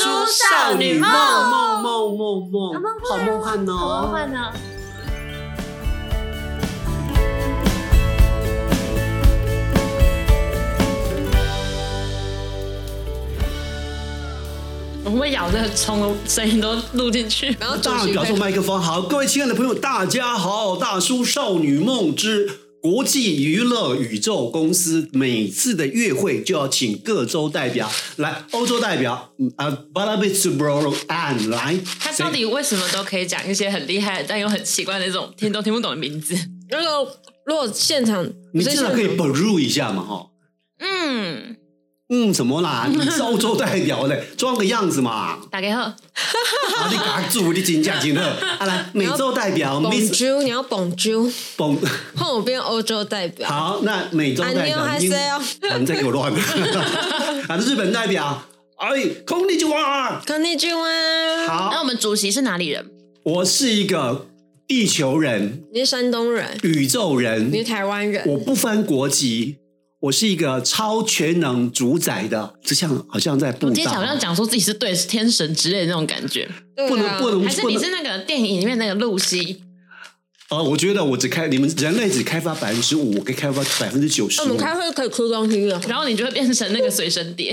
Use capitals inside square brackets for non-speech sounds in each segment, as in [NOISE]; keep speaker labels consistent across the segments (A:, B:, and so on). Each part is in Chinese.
A: 少女梦
B: 梦梦梦
A: 啊梦，
B: 梦好梦幻
A: 好梦
B: 哦！
A: 幻呢？
C: 我会咬那个葱的声音都录进去。
D: 然后主
B: 当然，
D: 席
B: 表
D: 会
B: 述麦克风好，各位亲爱的朋友，大家好！大叔少女梦之国际娱乐宇宙公司每次的月会就要请各州代表来，欧洲代表嗯啊 b a l a b i t b r o and 来，
C: 他到底为什么都可以讲一些很厉害，但又很奇怪的那种听都听不懂的名字？
D: 如果如果现场，
B: 你
D: 不是
B: 至少
D: 现
B: 可以
D: 场
B: bru 一下嘛，哈。
C: 嗯，
B: 嗯，什
A: [LAUGHS]
B: 么啦？你是欧洲代表嘞，装个样子嘛。
C: 打给后
B: 啊，你嘎住，你真正真好。
A: [LAUGHS]
B: 啊，来，美洲代表 Miss
D: Bonjour，你要 Bonjour，
B: 蹦，
D: 换我变欧洲代表，
B: 好，那美洲代表
D: 안녕하
B: 英
D: 세요
B: 啊，你再给我
C: [LAUGHS]
B: 乱。 [LAUGHS] 啊，日本代表，哎，空地就哇。
D: 康尼君啊，
C: 那
B: 好，
C: 我们主席是哪里人？
B: 我是一个地球人、
D: 你是山东人，
B: 宇宙
D: 你是
B: 人，
D: 台湾人，
B: 我不分国籍，我是一个超全能主宰的，这像好像在
C: 我
B: 布
C: 今天好像
B: 道，
C: 讲说自己是对天神之类的那种感觉，
D: 对啊
B: 不能不能
C: 还是
B: 不
C: 你
B: 能
C: 是那个电影里面那个露西？
B: 呃，我觉得我只开你们人类只开发百分之五，我可以开发百分之九十
C: 哦
D: 那我。们开会可以哭东西了，
C: 然后你就会变成那个随身碟。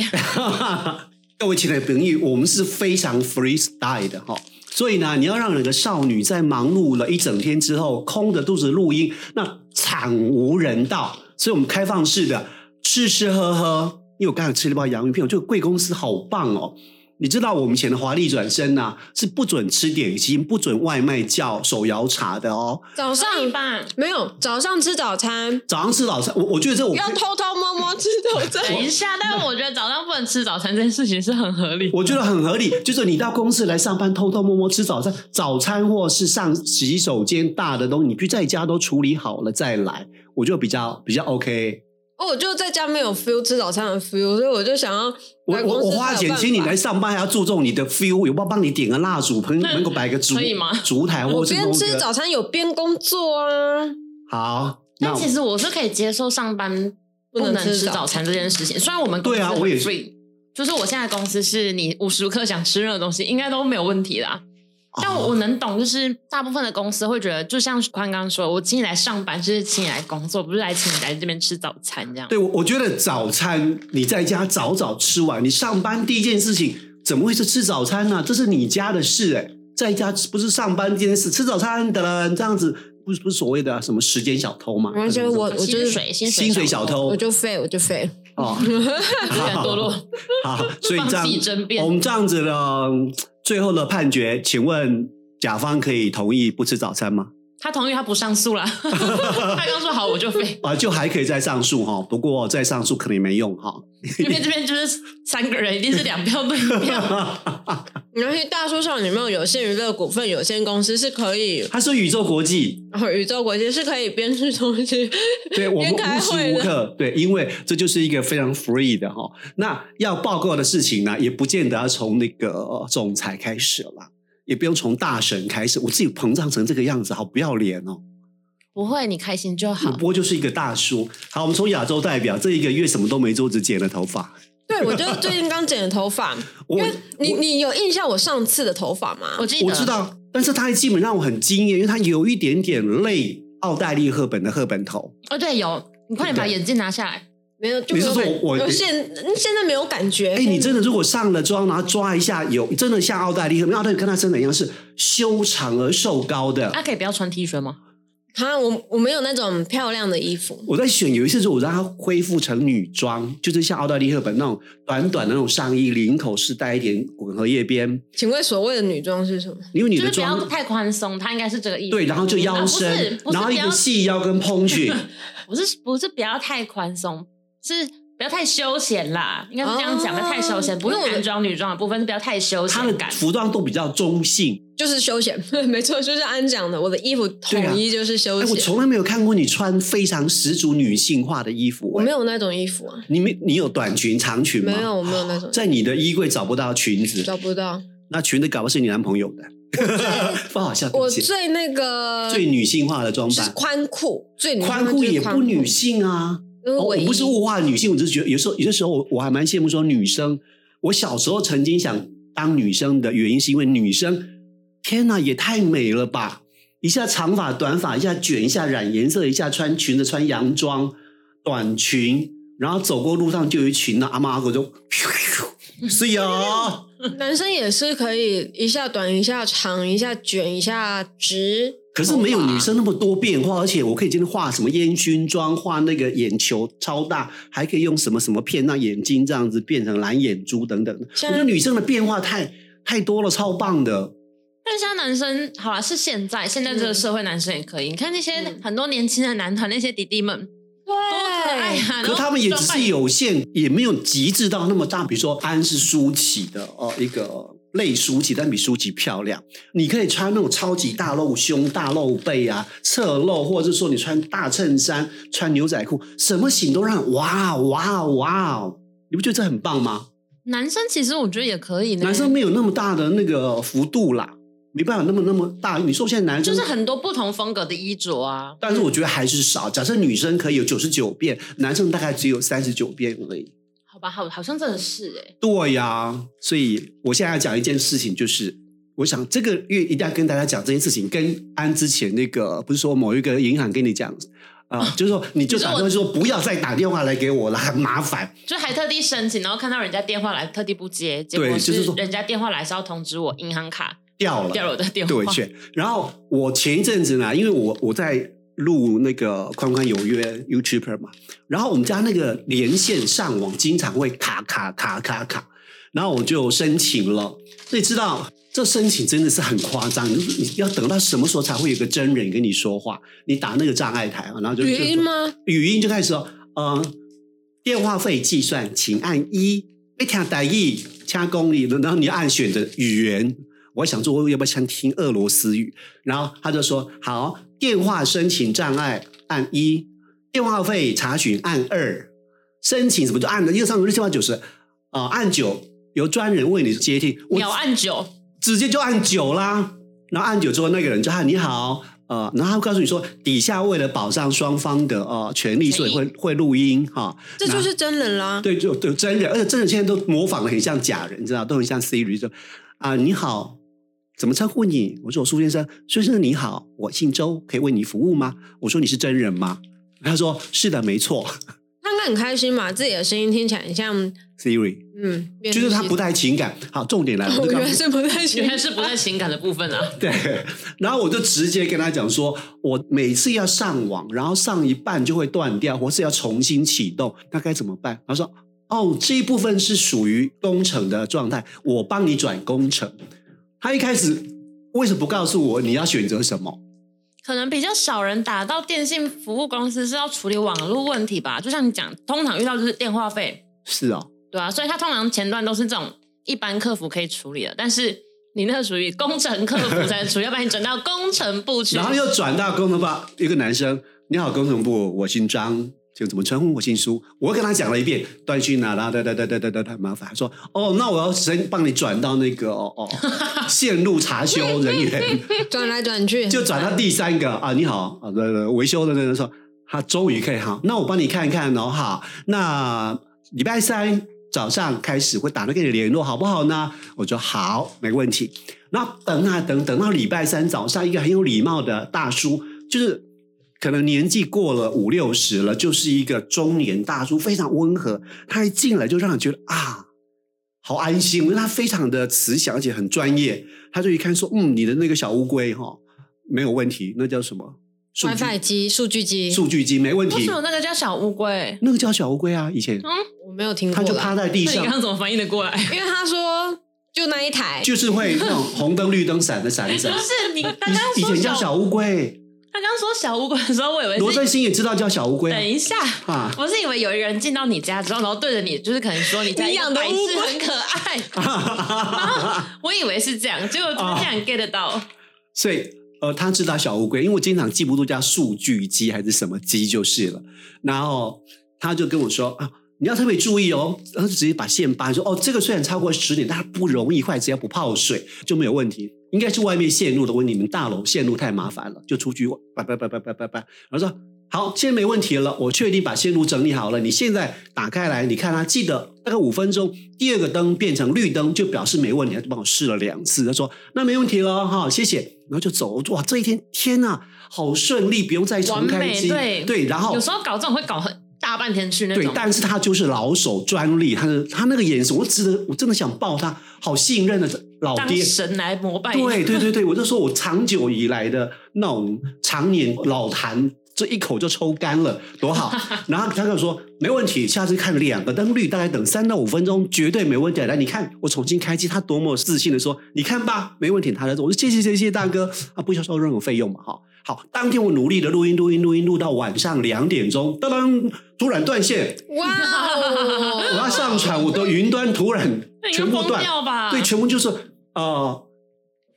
B: [LAUGHS] 各位亲爱的朋友，我们是非常 freestyle 的哈、所以呢，你要让两个少女在忙碌了一整天之后，空着肚子录音，那惨无人道。所以我们开放式的吃吃喝喝，因为我刚才吃了包洋芋片，我觉得贵公司好棒哦。你知道我们以前的华丽转身呐、是不准吃点心、不准外卖叫手摇茶的哦。
D: 早上
C: 上一半，
D: 没有早上吃早餐，
B: 早上吃早餐，我我觉得这我
D: 要偷偷摸摸吃早餐，
B: 哎
C: 等一下，但我觉得早上不能吃早餐这件事情是很合理。
B: 我觉得很合理，就是你到公司来上班，偷偷摸摸吃早餐，早餐或是上洗手间大的东西，你去在家都处理好了再来，我就比较比较 OK。
D: 哦，我就在家没有 feel 吃早餐的 feel，所以我就想要
B: 我
D: 来公
B: 我
D: 司
B: 我
D: 才有
B: 花钱
D: 办
B: 请你
D: 法
B: 来上班，还要注重你的 feel，有没有帮你点个蜡烛，门门口摆个烛
C: 可以吗
B: 烛台
D: 我
B: 或是
D: 边
B: 弄
D: 吃
B: 个
D: 早餐有边工作啊，
B: 好，那
C: 但其实我是可以接受上班
D: 不
C: 不
D: 能
C: 能
D: 吃
C: 吃
D: 早
C: 早餐这件事情，虽然我们公司
B: 对啊
C: 很
B: 我也是
C: free，就是我现在公司是你无时无刻想吃任何东西，应该都没有问题啦。
B: 哦
C: 但我我能懂，就是大部分的公司会觉得，就像宽刚说，我请你来上班，就是请你来工作，不是来请你来这边吃早餐这样。
B: 对我我觉得早餐你在家早早吃完，你上班第一件事情怎么会是吃早餐呢、这是你家的事哎、在家不是上班这件事，吃早餐的人这样子，不是不是所谓的、啊什么时间小偷嘛？
D: 然后就我我就是
C: 薪水，薪
B: 薪水小
C: 小偷，
B: 偷
D: 我就废我就废，
B: 哦，
C: [LAUGHS] 不然堕落。
B: 好， [LAUGHS] 所以这
C: [LAUGHS] 放弃争辩
B: 样我们这样子的最后的判决，请问甲方可以同意不吃早餐吗？
C: 他同意，他不
B: [LAUGHS]
C: 上诉啦。他刚说好，我就飞，
B: 啊，就还可以再上诉哈，不过再上诉可能也没用哈。
C: 因为这边就是三个人，一定是两票对一票。
B: [LAUGHS]
D: 然后大叔少女梦有限娱乐股份有限公司是可以，
B: 他说宇宙国际
D: 然后哦宇宙国际是可以边吃东西，
B: [LAUGHS] 对我们
D: 边开
B: 无时
D: 会
B: 无
D: 的
B: 刻对，因为这就是一个非常 free 的哈、那要报告的事情呢，也不见得要从那个呃总裁开始啦，也不用从大神开始。我自己膨胀成这个样子，好不要脸哦！
C: 不会，你开心就
B: 我不过就是一个大叔。好，我们从亚洲代表这一个月什么都没做，只剪了头发。
D: 对我就最近刚剪的
B: [LAUGHS]
D: 头发，
B: 我哦
D: 因为你你有印象我上次的头发吗
C: 我？记得，
B: 我知，道，但是他的基本让我很惊艳，因为他有一点点类奥黛丽·赫本的赫本头。
C: 哦，对，有，你快点把眼镜拿下来。
D: 没有，
B: 你
D: 就没
B: 是
D: 有
B: 说
D: 感
B: 我
D: 有现现在没有感觉。嗯
B: 哎、你真的如果上了妆，然后抓一下，有真的像奥黛丽，因为奥黛丽跟她身材一样是修长而瘦高的。
C: 他可以不要穿 T 恤吗？
D: 哈，我我没有那种漂亮的衣服，
B: 我在选有一次，是我让她恢复成女装，就是像奥黛丽赫本那种短短的那种上衣，领口是带一点混合叶边，
D: 请问所谓的女装是什么？
B: 因为你
C: 就
B: 的
C: 是不
B: 妆
C: 要太宽松，他应该是这个意思。
B: 对，然后就
C: 啊
B: 腰
C: 不是
B: 身，
C: 不是
B: 然后一
C: 不
B: 个
C: 要
B: 细腰跟蓬裙，
C: 不是不是不要太宽松，是不要太休闲啦，应该是这样讲，
D: 哦
C: 不要太休闲，不
D: 因
C: 用
D: 为我
C: 男装女装的部分是不要太休
B: 她
C: 闲
B: 的
C: 感。
B: 服装都比较中性。
D: 就是休闲， [LAUGHS] 没错，就是安讲的，我的衣服统一就是
B: 哎、
D: 休
B: 我
D: 闲。
B: 从来没有看过你穿非常十足女性化的衣服、
D: 我没
B: 有，
D: 有那种衣服啊，
B: 你没你有短裙、长裙吗？
D: 没有，我没有那种，
B: 在你的衣柜找不到裙子，
D: 找不到。
B: 那裙子搞不好是你男朋友 [LAUGHS] 的，不好笑。对不
D: 我
B: 起
D: 最那个
B: 最女性化的装
D: 就是
B: 扮，
D: 宽裤，最女
B: 宽裤也不女
D: 性
B: 性啊。
D: 化就是宽裤，因为
B: 哦我
D: 一
B: 不是物化女性，我只是觉得有时候有些时候我我还蛮羡慕说女生。我小时候曾经想当女生的原因，是因为女生，天哪，也太美了吧！一下长发、短发，一下卷，一下染颜色，一下穿裙子、穿洋装、短裙，然后走过路上就有一群那阿猫阿狗就， [LAUGHS] 是呀，
D: 男生也是可以一下短一下长，一下卷一下直。
B: 可是没有女生那么多变化，而且我可以今天画什么烟熏妆，画那个眼球超大，还可以用什么什么片让眼睛这样子变成蓝眼珠等等的。我
D: 像
B: 觉得女生的变化太太多了，超棒的。
C: 但是现在男生，好啦，是现在现在这个社会男生也可以。你看那些
D: 嗯
C: 很多年轻的男团，那些弟弟们
D: 对，
C: 多可爱呀、然
B: 可
C: 后
B: 他们也只
C: 装扮
B: 是有限，也没有极致到那么大。比如说安是舒淇的哦，一个类舒淇，但比舒淇漂亮。你可以穿那种超级大露胸、大露背啊、侧露，或者是说你穿大衬衫、穿牛仔裤，什么型都让哇哦哇哦哇哦！你不觉得这很棒吗？
C: 男生其实我觉得也可以呢。
B: 男生没有那么大的那个幅度啦，没办法那么那么大。你说现在男
C: 就
B: 生
C: 是很多不同风格的衣着啊，
B: 但是我觉得还是少。假设女生可以有九十九变，男生大概只有三十九变而已。
C: 好吧，好，好像真的是哎、
B: 对呀、所以我现在要讲一件事情，就是我想这个月一定要跟大家讲这件事情，跟安之前那个不是说某一个银行跟你讲啊、就是说你就
C: 你说
B: 打
C: 我
B: 电话说不要再打电话来给我了，很麻烦。
C: 就还特地申请，然后看到人家电话来，特地不接，结
B: 对
C: 果
B: 就是说
C: 人家电话来是要通知我银行卡
B: 掉了，
C: 掉了我的电话。
B: 对，
C: [LAUGHS]
B: 是。然后我前一阵子呢，因为我我在录那个宽宽有约 YouTuber 嘛，然后我们家那个连线上网经常会卡卡卡卡卡，然后我就申请了。所以知道这申请真的是很夸张，你就是你要等到什么时候才会有个真人跟你说话？你打那个障碍台啊，然后就
D: 语
B: 就
D: 音
B: 说
D: 吗？
B: 语音就开始说，嗯、电话费计算，请按一。一听台语，掐公里，然后你要按选择语言。我想说，我要不要先听俄罗斯语？然后他就说，好，电话申请障碍按一，电话费查询按二，申请什么就按了一二三四五六七八九十，啊，按九，由专人为你接听。我
C: 秒按九，
B: 直接就按九啦。然后按九之后，那个人就喊你好，呃，然后他会告诉你说，底下为了保障双方的呃权利，所以会会录音哈。
D: 这就是真人啦。
B: 对，就对真人，而且真人现在都模仿的很像假人，你知道，都很像 Siri 就啊、你好，怎么称呼你？我说我苏先生，苏先生你好，我姓周，可以为你服务吗？我说你是真人吗？他说是的，没错
D: 他应该很开心吧？自己的声音听起来很像，
B: ，Siri，
D: 嗯，
B: 就是他不带情感。好，重点来了，
D: [LAUGHS] 我
B: 就告
D: 原来
B: 诉
D: 是不太喜
C: 原来
B: [LAUGHS]
D: 欢。
C: 是不在情感的部分啊。
B: 对，然后我就直接跟他讲说，我每次要上网，然后上一半就会断掉，或是要重新启动，那该怎么办？他说，哦，这一部分是属于工程的状态，我帮你转工程。他一开始为什么不告诉我你要选择什么？
C: 可能比较少人打到电信服务公司是要处理网络问题吧，就像你讲，通常遇到就是电话费，
B: 是哦，
C: 对啊，所以他通常前段都是这种一般客服可以处理的，但是你那个属于工程客服才能处理，要不然你转到工程部去。
B: 然后又转到工程部，一个男生，你好，工程部，我姓张，就怎么称呼我姓苏。我又跟他讲了一遍，短讯啊，啦哒哒哒哒哒哒哒，麻烦。他说，哦，那我要先帮你转到那个哦哦，线路查修人员，
D: 转来转去，
B: 就转到第三个啊，你好啊，对对，维修的那个说，他终于可以好，那我帮你看一看哦，好，那礼拜三早上开始会打算跟你联络，好不好呢？我说好，没问题。然后等啊等，等到礼拜三早上，一个很有礼貌的大叔，就是可能年纪过了五六十了，就是一个中年大叔，非常温和。他一进来就让你觉得啊，好安心，因为他非常的慈祥，而且很专业。他就一看说，嗯，你的那个小乌龟哈、没有问题，那叫什么？数据
D: WiFi 机、数据机，
B: 数据机没问
C: 为
B: 题
C: 什，么那个叫小乌龟？
B: 那个叫小乌龟啊，以前
D: 我没有听
B: 他
D: 过
B: 就趴
D: 啦。
B: 在地
C: 那你
B: 上
C: 刚。刚怎么翻译的
B: [LAUGHS]
C: 过来？
D: 因为他说就那一台，
B: 就是会那种红灯绿灯闪的闪一闪
C: 不，是你，他刚刚
B: 以以
C: 说
B: 前叫
C: 小，
B: 小乌龟，
C: 他刚刚说小乌龟的时候，我以为
B: 罗
C: 是
B: 振兴也知道叫小乌龟啊
C: 等一下，
B: 啊
C: 我是以为有一个人进到你家之后，然后对着你，就是可能
B: [LAUGHS]
C: 说你家
D: 你养的
C: 白
D: 乌
C: 痴
D: 龟
C: 很可爱，
B: 啊，
C: 我以为是这样，结果他竟然 get 得到。
B: 所以呃，他知道小乌龟，因为我经常记不住叫数据机还是什么机就是了。然后他就跟我说啊，你要特别注意哦，然后就直接把线拔，说哦，这个虽然超过十点，但它不容易坏，只要不泡水就没有问题。应该是外面线路的问题，你们大楼线路太麻烦了，就出去叭叭叭叭叭叭叭，然后说。好，现在没问题了，我确定把线路整理好了。你现在打开来，你看它，记得大概五分钟，第二个灯变成绿灯，就表示没问题。他就帮我试了两次，他说那没问题了，哈，谢谢。然后就走，哇，这一天天呐、好顺利，不用再重
C: 完
B: 开
C: 美
B: 机，
C: 对
B: 然后
C: 有时候搞这种会搞很大半天去那
B: 对
C: 种，，
B: 但是他就是老手专利，他的他那个眼神，我真的我真的想抱他，好信任的老
C: 当
B: 爹。
C: 神来膜拜。 [LAUGHS]
B: 对对对对，我就说我长久以来的那种常年老痰，这一口就抽干了，多
C: [LAUGHS]
B: 好。然后他跟我说没问题，下次看两个灯绿，大概等三到五分钟，绝对没问题。来，你看我重新开机，他多么自信的说，你看吧，没问题。他来说，我说谢谢谢谢大哥，啊，不需要收任何费用嘛，哈。好，当天我努力的录音录音录音，录到晚上两点钟，当当突然断线，
D: 哇
B: [LAUGHS]
D: 哦！
B: 我要上传我的云端突然
C: 那你
B: 全
C: 会
B: 部
C: 疯
B: 断，
C: 掉吧？
B: 对，全部就是呃，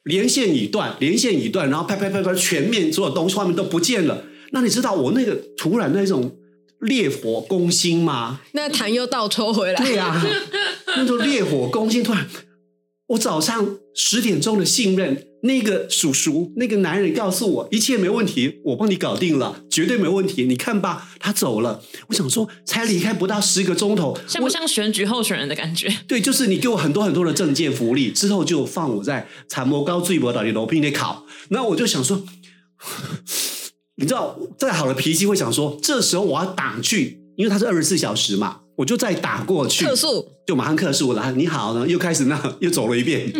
B: 连线已断，连线已断，然后拍拍拍拍，全面所有东西画面都不见了。那你知道我那个突然那种烈火攻心吗？
D: 那痰又倒抽回来，
B: 对啊呀、那种烈火攻心突然，我早上十点钟的信任，那个叔叔那个男人告诉我一切没问题，我帮你搞定了，绝对没问题。你看吧，他走了。我想说，才离开不到十个钟头，
C: 像不像选举候选人的感觉？
B: 对，就是你给我很多很多的证件福利，之后就放我在参谋高最博岛的楼并里考。那我就想说， [LAUGHS] 你知道，再好的脾气会想说，这时候我要打去，因为它是二十四小时嘛，我就再打过去，
D: 客诉
B: 就马上克数了。啊你好呢，又开始那又走了一遍，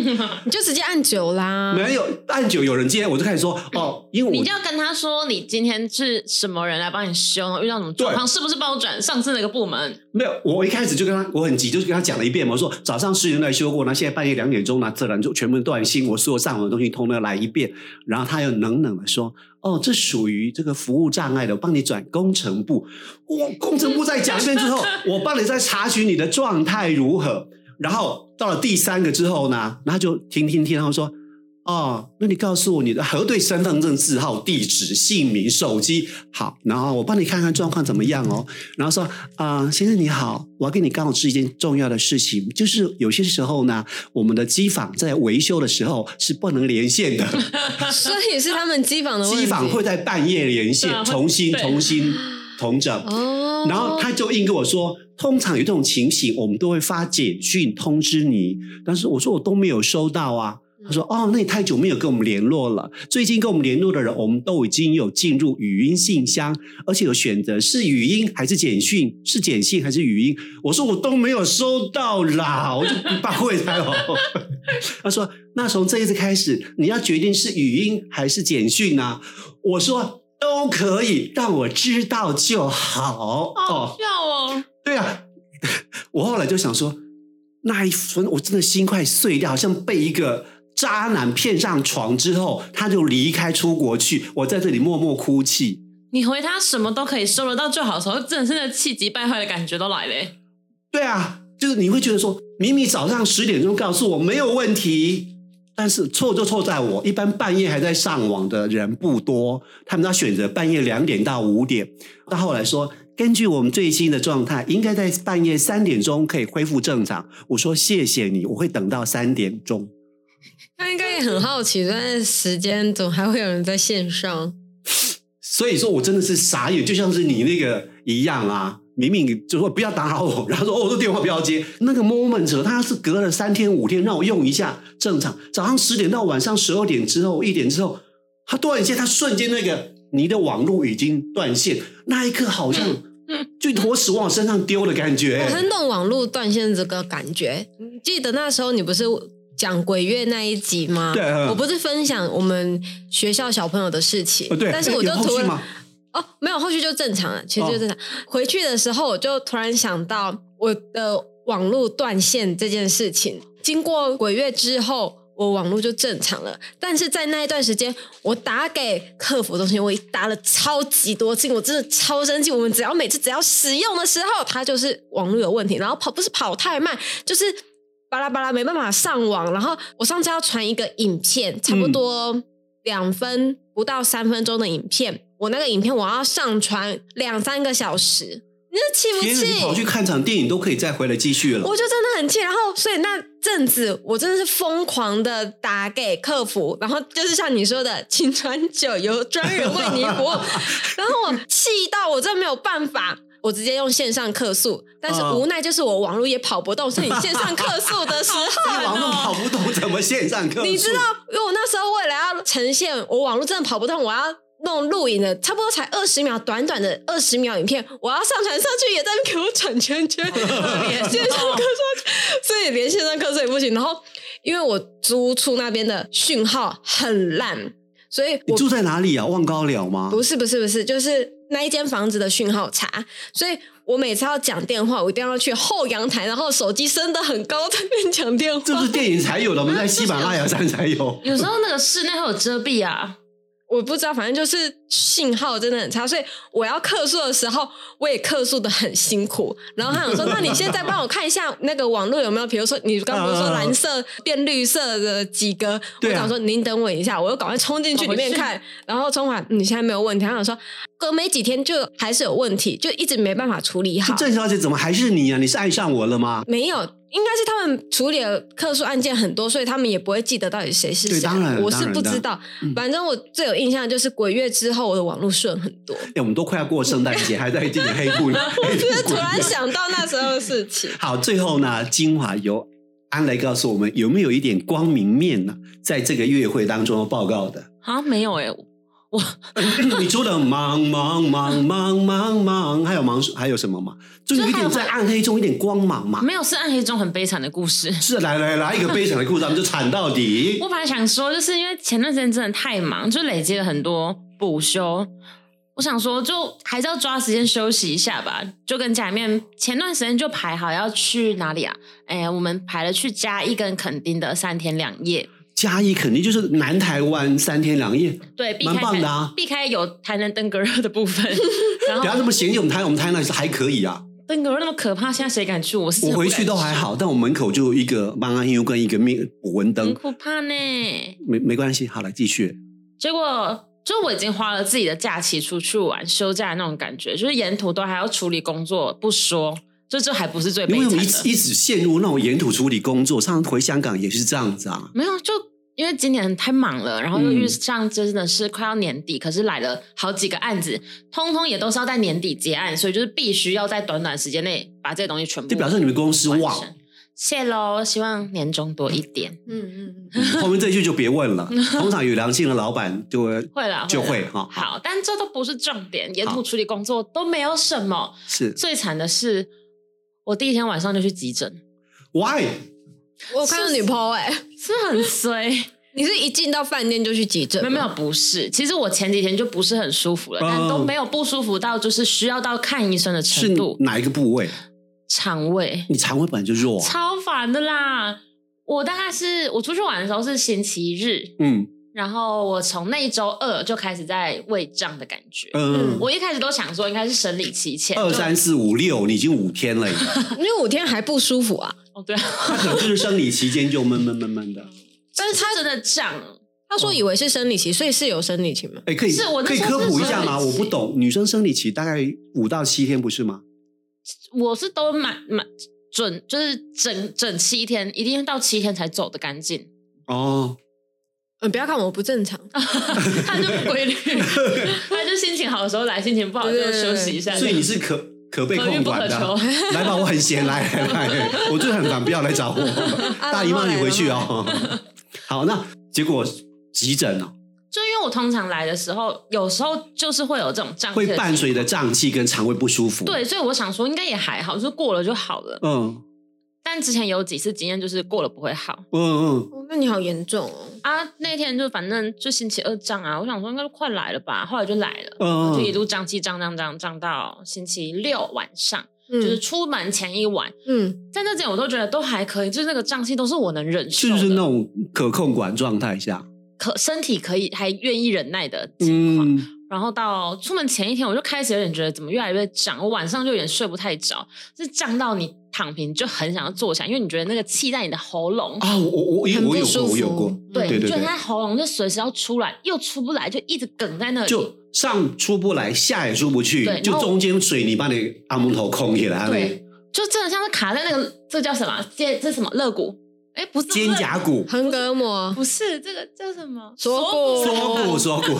D: 你就直接按九啦。
B: 没有按久有人接，我就开始说哦，因为
C: 你
B: 我
C: 就要跟他说，你今天是什么人来帮你修，然后遇到什么状况，是不是帮我转上次那个部门？
B: 没有，我一开始就跟他，我很急，就是跟他讲了一遍嘛，我说早上十点来修过，那现在半夜两点钟呢，自然就全部断薪，我所有上网的东西通通来一遍，然后他又冷冷的说，哦，这属于这个服务障碍的，我帮你转工程部，我工程部再讲一遍之后，我帮你再查询你的状态如何，然后到了第三个之后呢，然后就听听听，然后说。哦，那你告诉我你的核对身份证字号、地址、姓名、手机，好，然后我帮你看看状况怎么样哦。然后说啊、先生你好，我要跟你告知一件重要的事情，就是有些时候呢，我们的机房在维修的时候是不能连线的，
C: [LAUGHS]
D: 所以是他们机房的问题。
B: 机房会在半夜连线，
C: 对啊会
B: 重新、
C: 对
B: 重新、重整。
D: 哦，
B: 然后他就硬跟我说，通常有这种情形，我们都会发简讯通知你，但是我说我都没有收到啊。
C: 嗯
B: 他说：“哦，那你太久没有跟我们联络了。最近跟我们联络的人，我们都已经有进入语音信箱，而且有选择是语音还是简讯，是简讯还是语音。”我说：“我都没有收到啦，我就不报会他哦。” [LAUGHS] 他说：“那从这一次开始，你要决定是语音还是简讯啊？”我说：“都可以，让我知道就好。”哦
C: 好，笑哦！
B: 对啊， [LAUGHS] 我后来就想说，那一分我真的心快碎掉，好像被一个渣男骗上床之后，他就离开出国去，我在这里默默哭泣。
C: 你回他什么都可以收得到就好的时候，真的是那气急败坏的感觉都来了欸。
B: 对啊，就是你会觉得说，明明早上十点钟告诉我没有问题，但是错就错在我，一般半夜还在上网的人不多，他们要选择半夜两点到五点。到后来说，根据我们最新的状态，应该在半夜三点钟可以恢复正常。我说谢谢你，我会等到三点钟。
D: 他应该也很好奇，这段时间总还会有人在线上。
B: 所以说我真的是傻眼，就像是你那个一样啊。明明就说不要打扰我，然后说哦，这电话不要接。那个 moment，他是隔了三天五天让我用一下，正常。早上十点到晚上十二点之后，一点之后，他断线，他瞬间那个你的网络已经断线，那一刻好像就一坨屎往我身上丢的感觉、
D: 嗯我很懂网络断线这个感觉。你记得那时候你不是讲鬼月那一集吗？
B: 对嗯
D: 我不是分享我们学校小朋友的事情，
B: 呃对，
D: 但是我就
B: 有后
D: 突
B: 续
D: 然
B: 吗？
D: 哦，没有，后续就正常了，其实就正常。回去的时候，我就突然想到我的网络断线这件事情。经过鬼月之后，我网络就正常了，但是在那一段时间，我打给客服中心，我打了超级多次，我真的超生气。我们只要每次只要使用的时候，它就是网络有问题，然后跑不是跑太慢，就是。巴拉巴拉没办法上网，然后我上次要传一个影片，差不多、两分不到三分钟的影片，我那个影片我要上传两三个小时，你这气不
B: 天哪，你跑去
D: 气？
B: 看场电影都可以再回来继续了。
D: 我就真的很气，然后所以那阵子我真的是疯狂的打给客服，
B: [LAUGHS]
D: 然后就是像你说的，请传九由专人为你服务，然后我气到我真的没有办法。我直接用线上客诉，但是
B: 嗯
D: 无奈就是我网络也跑不动，所以你线上客诉的时
B: [LAUGHS]
D: 候，
B: 网络跑不懂怎么线上课，
D: 哦 [LAUGHS] 你
B: [LAUGHS]
D: 知道，因为我那时候为了要呈现我网络真的跑不动，我要弄录影的，差不多才二十秒，短短的二十秒影片，我要上传上去，也在那边给我转
B: [LAUGHS]
D: 圈圈，线上课
B: 哦
D: 说，所以连线上课所也不行。然后因为我租处那边的讯号很烂，所以
B: 你
D: 我
B: 住在哪里啊？望高寮吗？
D: 不是不是不是，就是那一间房子的讯号差，所以。我每次要讲电话，我一定要去后阳台，然后手机升的很高，在那边讲电话。
B: 这不是电影才有的，我们在喜马拉雅山才有。
C: 有时候那个室内会有遮蔽啊，
D: 我不知道，反正就是信号真的很差，所以我要客诉的时候，我也客诉的很辛苦。然后他
B: [LAUGHS]
D: 想说，那你现在帮我看一下那个网络有没有，比如说你刚不是说蓝色变绿色的几个，
B: 嗯对
D: 我
B: 啊
D: 想说您等我一下，我又赶快冲进去里面看，然后冲完、嗯你现在没有问题，他想说隔没几天就还是有问题，就一直没办法处理好
B: 这。郑小姐怎么还是你啊？你是爱上我了
D: [LAUGHS]
B: 吗？
D: 没有，应该是他们处理的客诉案件很多，所以他们也不会记得到底谁是
B: 对
D: 谁。
B: 当然
D: 我是不
B: 当然嗯
D: 知道。反正我最有印象的就是鬼月之后，我的网络顺很多。
B: 哎、我们都快要过圣诞节，还在一点黑布。我。
D: [LAUGHS] 就是突然想到那时候的
C: [LAUGHS]
D: 事情
B: 好，最后呢，精华由安来告诉我们有没有一点光明面呢？在这个月会当中报告的， [LAUGHS]
C: 啊没有哎、我
B: 你除了忙忙忙忙忙忙，还有忙还有什么嘛？就是有一点在暗黑中一点光芒嘛。
C: 没有是暗黑中很悲惨的故事。
B: 是，啊来来来，一个悲惨的故事，咱们就惨到底。
C: 我本来想说，就是因为前段时间真的太忙，就累积了很多补休。我想说，就还是要抓时间休息一下吧。就跟家里面前段时间就排好要去哪里啊？哎、我们排了去嘉义跟垦丁的三天两夜，
B: 嘉义肯定就是南台湾三天两夜，
C: 对，避
B: 蛮
C: 开
B: 棒的啊
C: 避开有台南登革热的部分。 [LAUGHS] 然
B: 不要
C: 后
B: 这么嫌弃我们台，我们台南是还可以啊。
C: 登革热那么可怕，现在谁敢去？我是
B: 我
C: 真的
B: 回
C: 不敢
B: 去都还好，但我门口就有一个邦安优跟一个灭捕蚊
C: 很
B: 灯，
C: 可怕呢。
B: 没没关系，好来继续。
C: 结果就我已经花了自己的假期出去玩休假的那种感觉，就是沿途都还要处理工作，不说，这这还不是最悲
B: 因为我
C: 惨
B: 们一
C: 的。
B: 直一直陷入那种沿途处理工作，上次回香港也是这样子啊。
C: 没有，就因为今年太忙了，然后又
B: 嗯
C: 遇上真的是快要年底，可是来了好几个案子，通通也都是要在年底结案，所以就是必须要在短短时间内把这些东西全部
B: 就表示你们公司
C: 嗯完
B: 旺，
C: 成。谢喽，希望年终多一点。
D: 嗯嗯嗯，
B: 嗯后面这句就别问
C: [LAUGHS]
B: 了。通常有良心的老板就会
C: 会啦，
B: 就
C: 啦
B: 会哈，好
C: 好，但这都不是重点，沿
B: 好
C: 途处理工作都没有什么。
B: 是
C: 最惨的是，我第一天晚上就去急诊，
B: why
D: 我有看到女朋友哎、
C: 是
B: [LAUGHS]
C: 很衰。
D: 你是一进到饭店就去急诊
C: 没
D: 吗？
C: 有没有，不是。其实我前几天就不是很舒服了，
B: 嗯
C: 但都没有不舒服到就是需要到看医生的
B: 是
C: 程度。
B: 哪一个部位？
C: 肠胃
B: 你肠胃本来就弱啊，
C: 超烦的啦！我大概是我出去玩的时候是星期日，
B: 嗯
C: 然后我从那一周二就开始在胃胀的感觉。
B: 嗯，
C: 我一开始都想说应该是生理期前，
B: 二
C: 就
B: 三四五六，你已经五天了，
D: 因为五天还不舒服啊。
C: 哦对啊， [LAUGHS]
B: 他可能就是生理期间就闷闷闷闷的。
C: 但是他真的胀，
D: 他
B: 哦
D: 说以为是生理期，所以是有生理期吗？
B: 哎，可以
C: 是我那
B: 可以
C: 时候
B: 科普一
C: 是
B: 下吗？
C: 生理
B: 我
C: 期
B: 不懂，女生生理期大概五到七天不是吗？
C: 我是都满满准，就是整整七天，一定要到七天才走的干净，
B: 哦，
D: 嗯，不要看我不正常，
C: 啊他就不规律， [LAUGHS] 他就心情好的时候来，心情不好就
D: 对对对
C: 休息一下。
B: 所以你是可可被
C: 可遇
B: 控
C: 不可
B: 管的啊
C: 求。。
B: [LAUGHS] 来吧，我很闲，来来来，我最很烦，不要来找
C: [LAUGHS]
B: 我。 [LAUGHS] 大姨妈，你回去
D: 啊。
B: 哦。 [LAUGHS] 好，那结果急诊哦，
C: 就因为我通常来的时候，有时候就是会有这种胀气
B: 会
C: 的
B: 伴随着胀气跟肠胃不舒服。，
C: 对，所以我想说应该也还好，就过了就好了。
B: 嗯
C: 但之前有几次经验就是过了不会好
B: 嗯嗯，
D: [LAUGHS] 哦那你好严重哦！
C: 啊。那天就反正就星期二胀啊，我想说应该就快来了吧，后来就来了，
B: 嗯
C: 就一路胀气胀胀胀胀到星期六晚上，
D: 嗯
C: 就是出门前一晚，
D: 嗯，
C: 在那之前我都觉得都还可以，就是那个胀气都是我能忍受
B: 是
C: 的，
B: 不是那种可控管状态下？
C: 可身体可以还愿意忍耐的情况。
B: 嗯，
C: 然后到出门前一天，我就开始有点觉得怎么越来越胀，我晚上就有点睡不太着，是胀到你躺平就很想要坐起来，因为你觉得那个气在你的喉咙，
B: 啊，我我我
D: 很
B: 我
D: 不
B: 有过，
D: 舒服。
B: 我有过，
C: 对，
B: 对
C: 你
B: 对
C: 觉得
B: 对
C: 它喉咙就随时要出来，又出不来，就一直梗在那里。
B: 就上出不来，下也出不去
C: 对然，后
B: 就中间水泥把你阿蒙头空起来。
C: 啊对，就真的像是卡在那个这叫什么？这这什么肋骨？哎，不是
B: 肩胛，骨、
D: 横膈膜
C: 不是这个叫什么
D: 锁骨
B: 锁骨、锁骨，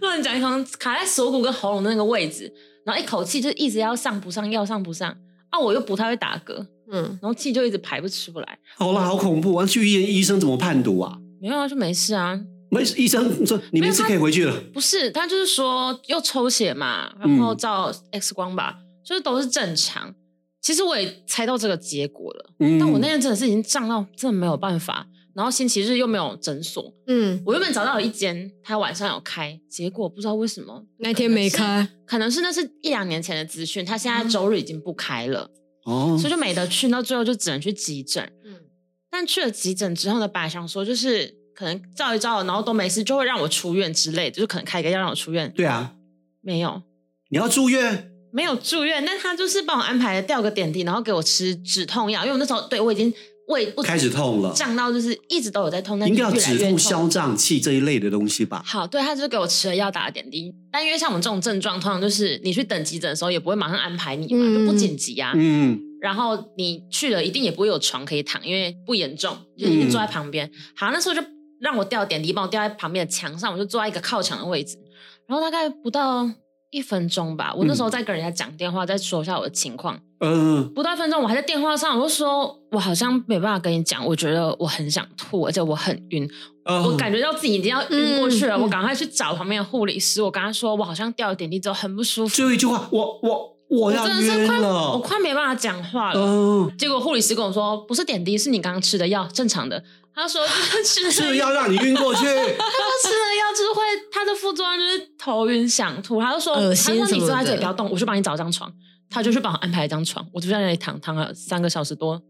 C: 乱讲一通，卡在锁骨跟喉咙的那个位置，然后一口气就一直要上不上，要上不上啊，我又不太会打嗝，
D: 嗯，
C: 然后气就一直排不出来。
B: 好了，好恐怖啊！去医院医生怎么判读啊？
C: 没有啊，就没事啊，
B: 没事，医生说你没事可以回去了。
C: 不是他就是说又抽血嘛，然后照 X 光吧，就是都是正常。其实我也猜到这个结果了，
B: 嗯，
C: 但我那天真的是已经胀到真的没有办法，然后星期日又没有诊所，
D: 嗯，
C: 我原本找到有一间，他晚上有开，结果不知道为什么
D: 那天没开，
C: 可能是那是一两年前的资讯，他现在周日已经不开了，
B: 哦，
C: 所以就没得去，那最后就只能去急诊。
D: 嗯
C: 但去了急诊之后呢，本来想说就是可能照一照，然后都没事，就会让我出院之类的，就是可能开一个药让我出院，
B: 对啊，
C: 没有
B: 你要住院，
C: 没有住院，但他就是帮我安排了吊个点滴，然后给我吃止痛药，因为我那时候对我已经胃不
B: 开始痛了，
C: 胀到就是一直都有在痛，但
B: 应
C: 是
B: 该要
C: 越来
B: 止
C: 越
B: 痛
C: 痛
B: 消胀气这一类的东西吧？
C: 好，对，他就是给我吃了药，打了点滴。但因为像我们这种症状，通常就是你去等急诊的时候，也不会马上安排你嘛，
D: 嗯
C: 就不紧急啊。
B: 嗯，
C: 然后你去了，一定也不会有床可以躺，因为不严重，就一定坐在
B: 嗯
C: 旁边。好，那时候就让我吊点滴，帮我吊在旁边的墙上，我就坐在一个靠墙的位置。然后大概不到一分钟吧，我那时候在跟人家讲电话，在说一下我的情况。
B: 嗯，
C: 不到一分钟，我还在电话上，我就说我好像没办法跟你讲，我觉得我很想吐，而且我很晕，
B: 呃
C: 我感觉到自己已经要晕过去了，
D: 嗯嗯
C: 我赶快去找旁边的护理师。我跟他说，我好像掉了点滴之后很不舒服，
B: 最后一句话，我我我
C: 我
B: 要
C: 真的是
B: 晕
C: 快，
B: 了，
C: 我快没办法讲话了。
B: 嗯，
C: 结果护理师跟我说，不是点滴，是你刚刚吃的药，正常的。他
D: [LAUGHS]
C: 说吃的
B: 是
C: 药，
B: 要让你晕过去，
C: 他说吃了药就是会，他的副作用就是头晕想吐。他就说，
D: 恶
C: 他
D: 心
C: 说
D: 什
C: 你
D: 么
C: 坐在这里
D: 的
C: 不要动，我去帮你找张床。他就去帮我安排一张床，我就在那里躺躺了三个小时多，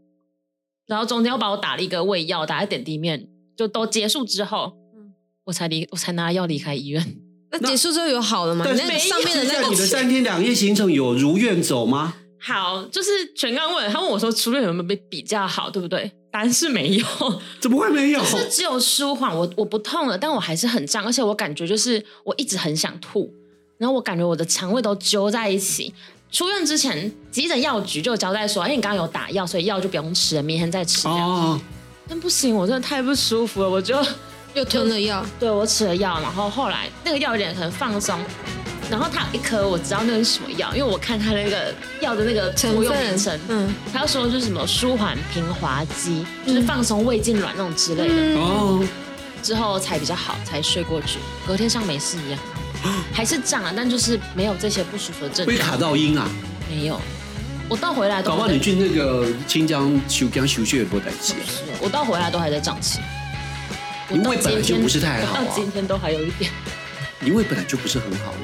C: 然后中间又把我打了一个胃药，打在点滴面，就都结束之后，
D: 嗯
C: 我才离我才拿药离开医院。
D: 那结束之后有好了吗？
B: 但
D: 你
B: 是
D: 那上面的
B: 在
D: 那
B: 你的
D: 个
B: 三天两夜行程有如愿走吗？
C: 好，就是全刚问他问我说，初恋有没有被比较好，对不对？答案是没有，
B: 怎么会没有？
C: 是只有舒缓。我我不痛了，但我还是很胀，而且我感觉就是我一直很想吐，然后我感觉我的肠胃都揪在一起。出院之前，急诊药局就有交代说，哎，你刚刚有打药，所以药就不用吃了，明天再吃。
B: 哦，
C: 但不行，我真的太不舒服了，我就 [LAUGHS]
D: 又吞了药，
C: 对我吃了药，然后后来那个药有点可能放松，然后它有一颗我知道那个是什么药，因为我看它那个药的那个
D: 成
C: 作用名称
D: 分，，嗯
C: 他说就是什么舒缓平滑肌，就是放松胃痉挛那种之类
D: 嗯
C: 的，
B: 哦，
C: 之后才比较好，才睡过去，隔天像没事一样，
B: [GASPS]
C: 还是胀啊，但就是没有这些不舒服的症
B: 被
C: 状，
B: 卡到音啊，
D: 嗯
C: 没有。我到回来都
B: 搞不好
C: 还在
B: 你去那个新疆修江修血不啊带劲。
C: 是我到回来都还在胀气，我
B: 因
C: 到
B: 为本来
C: 今
B: 就
C: 天
B: 不是太好
C: 我到
B: 啊，
C: 今天都还有一点，
B: 因为本来就不是很好的。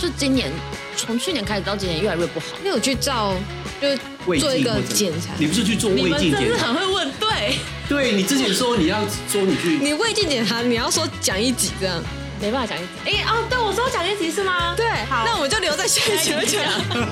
C: 就今年从去年开始到今年越来越不好。
D: 你有去照，就
B: 胃
D: 做一
B: 镜或
D: 个
B: 者
D: 检查。
B: 你不是去做胃
C: 你们
B: 镜
C: 真
B: 检
C: 是
B: 查？
C: 很会问，对，
B: 对你之前说你要说你
D: [LAUGHS]
B: 去，
D: 你胃镜检查，你要说讲一集这样，
C: 没办法讲一集。哎、哦，对，我说讲一集是吗？
D: 对，
C: 好
D: 那我们就留在下一集
C: 来
D: 讲。
C: 讲。